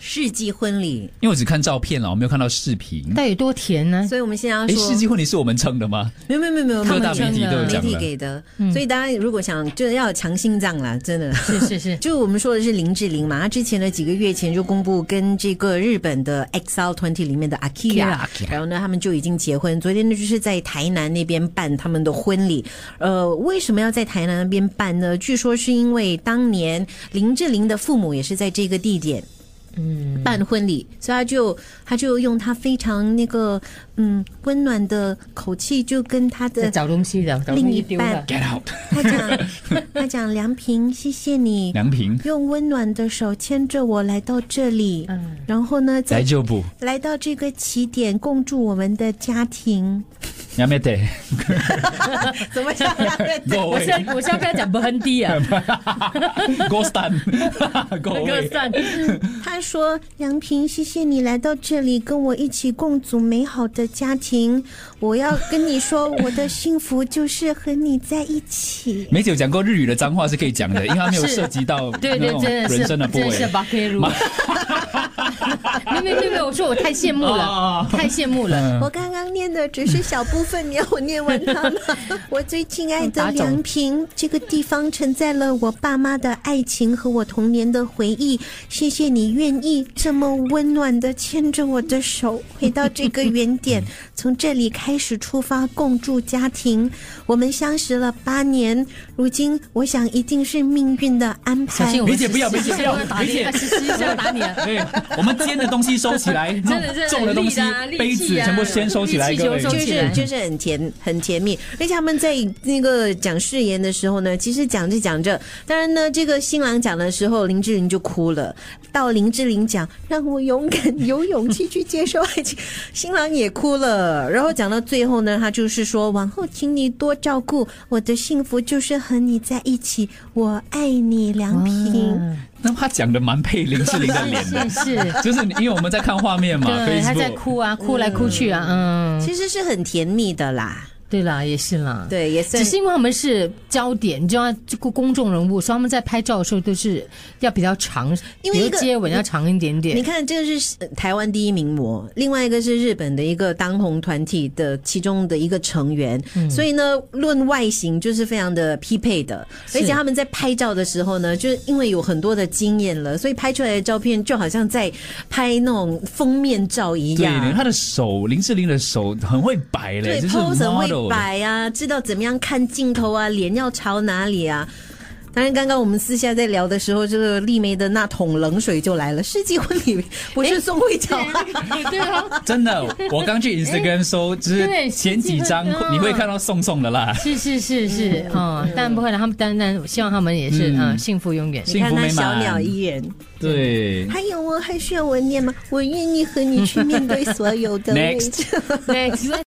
世纪婚礼，因为我只看照片了，我没有看到视频。到底多甜呢？所以我们现在要哎，说世纪婚礼是我们称的吗？没有没有没有没有，各大他们媒体真的都有媒讲体了。嗯给的，所以大家如果想就是要有强心脏啦，真的。是是是，就我们说的是林志玲嘛，她之前呢几个月前就公布跟这个日本的 XL Twenty 里面的 Akira， Akira，Akira 然后呢他们就已经结婚，昨天呢就是在台南那边办他们的婚礼。呃，为什么要在台南那边办呢？据说是因为当年林志玲的父母也是在这个地点。嗯，办婚礼，所以他就他就用他非常那个嗯温暖的口气，就跟他的在找东西的，找东另西一丢半了。 Get out，他讲他讲梁平，谢谢 你，梁平用温暖的手牵着我来到这里，嗯然后呢，来再就不，来到这个起点，共筑我们的家庭。要没 得 怎么想，Go 我是啊 away，Go 要我是要跟他讲 Burgundy 啊， stand，Go 那个 away。算他说：“梁平，谢谢你来到这里，跟我一起共组美好的家庭。我要跟你说，我的幸福就是和你在一起。梅姐有讲过日语的脏话是可以讲的，因为它没有涉及到啊对那对，种真的是人生的部真的是位。巴克鲁。没有没有没有没有，我说我太羡慕了哦，太羡慕了。我刚刚念的只是小部分，你要我念完它吗？我最亲爱的梁平，这个地方承载了我爸妈的爱情和我童年的回忆。谢谢你愿意这么温暖的牵着我的手，回到这个原点，从这里开始出发，共筑家庭。我们相识了八年，如今我想一定是命运的安小排。心我们梅姐不要实习梅姐不要生打你梅姐啊实习生要打你啊！对，我们尖的东西收起来，那 真种的是重的东西力啊力气啊杯子全部先收起来，力气各位就。收就起来是就是很甜很甜蜜，而且他们在那个讲誓言的时候呢，其实讲着讲着，当然呢，这个新郎讲的时候，林志玲就哭了。到林志玲讲让我勇敢 有勇气去接受爱情，新郎也哭了。然后讲到最后呢，他就是说往后请你多照顾，我的幸福就是和你在一起，我爱你，梁平。那他讲的蛮配林志玲的脸的， 是是，就是因为我们在看画面嘛对，他在，Facebook。哭啊，哭来哭去啊，嗯，其实是很甜蜜的啦，对啦，也是啦，对，也算只是因为他们是焦点，你知道，这个公众人物，所以他们在拍照的时候都是要比较长，因为一个比如接吻要长一点你点。看，这个是呃台湾第一名模，另外一个是日本的一个当红团体的其中的一个成员，嗯所以呢，论外形就是非常的匹配的。而且他们在拍照的时候呢，就是因为有很多的经验了，所以拍出来的照片就好像在拍那种封面照一对，样。他的手，林志玲的手很会摆嘞，对就是，pose 很 model 会。摆啊，知道怎么样看镜头啊，脸要朝哪里啊。当然，刚刚我们私下在聊的时候，这个丽梅的那桶冷水就来了。世纪婚礼不是宋慧乔啊、对啊，真的， 我刚去 Instagram 搜，就是对前几张是这个你会看到宋宋的啦，是是是是，嗯，但不会了，他们当然，我希望他们也是，嗯嗯，幸福永远。你幸看福那美小鸟满。依人，对还有我还需要我念吗？我愿意和你去面对所有的未 Next 知。 Next